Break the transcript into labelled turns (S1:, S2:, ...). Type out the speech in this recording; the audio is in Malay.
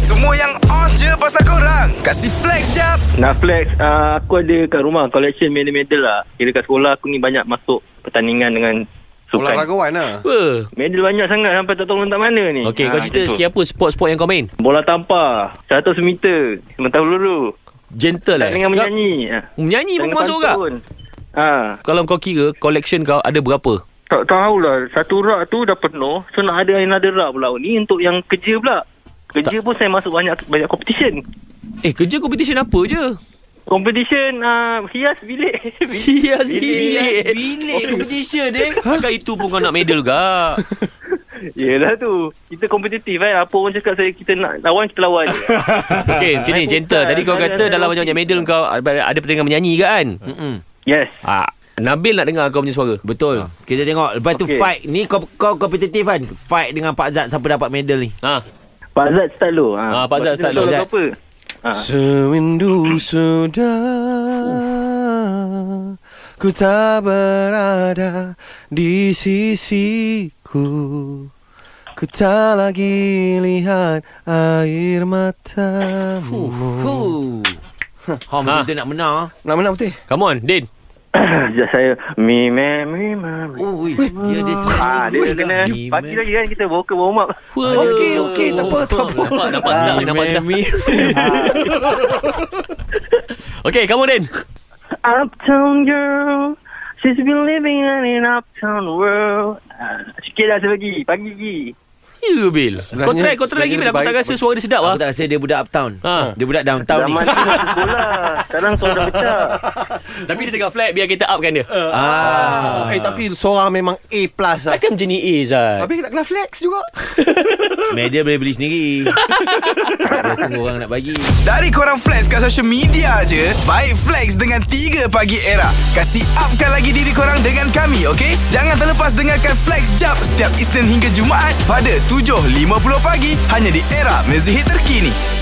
S1: Semua yang on je pasal korang Kasih flex jap
S2: Nak flex uh, Aku ada kat rumah Collection medal-medal lah Kira kat sekolah aku ni Banyak masuk pertandingan dengan Sukan
S3: Olahragawan lah
S4: Apa?
S2: Medal banyak sangat Sampai tak tahu letak mana ni
S4: Okey, kau
S2: Ah,
S4: cerita
S2: macam tu.
S4: sikit apa sport-sport yang kau main?
S2: Bola tampar 100 meter Mentah peluru
S4: Gentle eh.
S2: Tak dengan
S4: Cakap-
S2: menyanyi Ah.
S4: Menyanyi pun
S2: Dengan
S4: masuk tak?
S2: pantun. Ah,
S4: Kalau kau kira collection kau ada berapa?
S2: tak tahulah. Satu rak tu dah penuh. So nak ada another rak pula. Ni untuk yang kerja pula. Kerja pun saya masuk banyak banyak competition.
S4: Eh, kerja competition apa je?
S2: Competition ah, hias bilik.
S4: Hias
S2: Bilik.
S4: bilik.
S3: Bilik competition dia
S4: Takkan Kan itu pun kau nak medal gak?
S2: Yelah tu. Kita kompetitif kan. Apa orang cakap saya kita nak lawan, kita lawan.
S4: Okey, macam ni
S2: Main
S4: gentle.
S2: futsal,
S4: Tadi kau
S2: main
S4: kata
S2: ada-
S4: dalam macam-macam medal kau ada ada pertandingan menyanyi ke kan?
S3: Mm-mm.
S2: yes.
S4: Ah, Nabil nak dengar kau punya suara.
S3: Betul Kita tengok Lepas tu
S2: Okey.
S3: fight Ni kau kau kompetitif kan Fight dengan Pak Zat Siapa dapat medal ni
S4: Ha.
S2: Pak Zat start dulu. Ha.
S4: Ah, Pak Zat start
S3: dulu.
S2: Apa? Ah.
S5: Sewindu sudah Ku tak berada di sisiku Ku tak lagi lihat air matamu
S3: Fuh. Ha, ha. kita nak menang ah.
S5: Nak menang putih?
S4: Come on, Din.
S2: Sekejap saya. Mi, me, mi, ma, mi.
S4: Oh,
S3: Ui, dia dia tu.
S2: Ah,
S3: Ha.
S2: dia kena pagi lagi kan kita bawa ke warm up.
S5: Okey, okey, tak apa, tak apa.
S4: Nampak, nampak sedap, ni, nampak sedap. Okey, kamu Din.
S2: Uptown girl She's been living in an uptown world Ah, Sikit lah sebagi Pagi lagi
S4: You, Ya, Bil. Kau
S5: Sebenarnya-
S4: try, kau try lagi, Bil. Aku
S5: sebenarnya
S4: tak
S5: lebih
S4: rasa suara dia sedap lah.
S3: Aku tak rasa dia budak uptown.
S4: Ha.
S3: Dia budak downtown ni.
S2: Zaman tu masih bola Sekarang kau dah pecah
S4: Tapi dia tengah flat, biar kita upkan dia.
S3: Ah.
S5: Eh tapi seorang memang A plus lah
S3: Kan
S4: Takkan macam ni A,
S3: eh,
S4: Zat.
S5: Tapi nak kena flex juga
S3: Media boleh beli sendiri. Dia tunggu orang nak bagi.
S1: Dari korang flex kat social media je Baik flex dengan 3 pagi era Kasih upkan lagi diri korang dengan kami okay? Jangan terlepas dengarkan flex jap Setiap Isnin hingga Jumaat Pada 7.50 pagi Hanya di era mezihit terkini